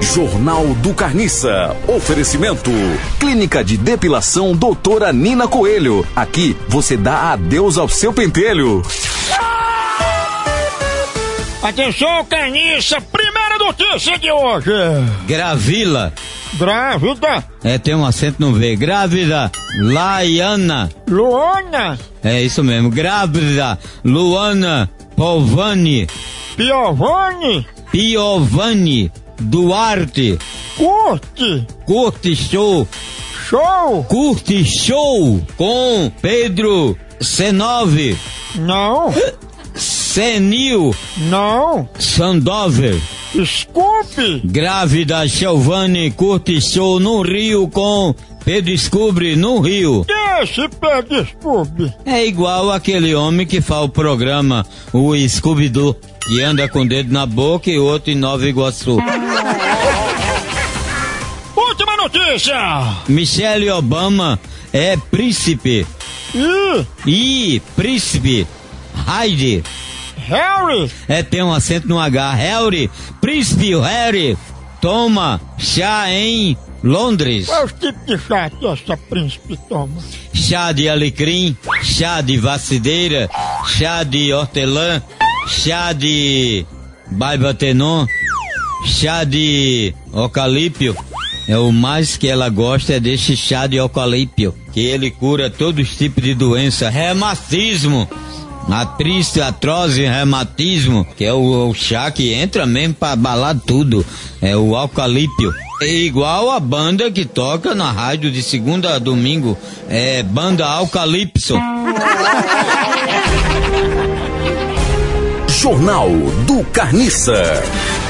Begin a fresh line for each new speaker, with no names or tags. Jornal do Carniça. Oferecimento. Clínica de Depilação Doutora Nina Coelho. Aqui você dá adeus ao seu pentelho.
Atenção, Carniça, primeira notícia de hoje.
Gravila.
Grávida,
É, tem um acento no V. Grávida. Laiana.
Luana,
É isso mesmo. Grávida. Luana. Povani.
Piovani,
Piovani. Duarte.
curte,
Curte Show.
show,
Curte Show. Com Pedro. C9.
não,
Senil.
não,
Sandover.
Scoop,
Grávida. Chelvani. Curte Show no Rio com Pedro Scubre no Rio.
desce, pega Scooby.
É igual aquele homem que faz o programa, o Scooby-Doo, que anda com o dedo na boca e outro em Nova Iguaçu.
Última notícia,
Michelle Obama é príncipe.
e
E príncipe. Heidi.
Harry,
É, tem um acento no H. Harry. Príncipe Harry. Toma chá em Londres.
é o tipo de chato essa príncipe toma.
Chá de alecrim. Chá de vacideira. Chá de hortelã. Chá de baibatenon. chá de eucalípio. É o mais que ela gosta é desse chá de eucalípio, que ele cura todos os tipos de doença, É reumatismo, atriz, atrose, reumatismo, que é o, o chá que entra mesmo pra abalar tudo, é o eucalípio. É igual a banda que toca na rádio de segunda a domingo, é banda Alcalipso.
Jornal do Carniça.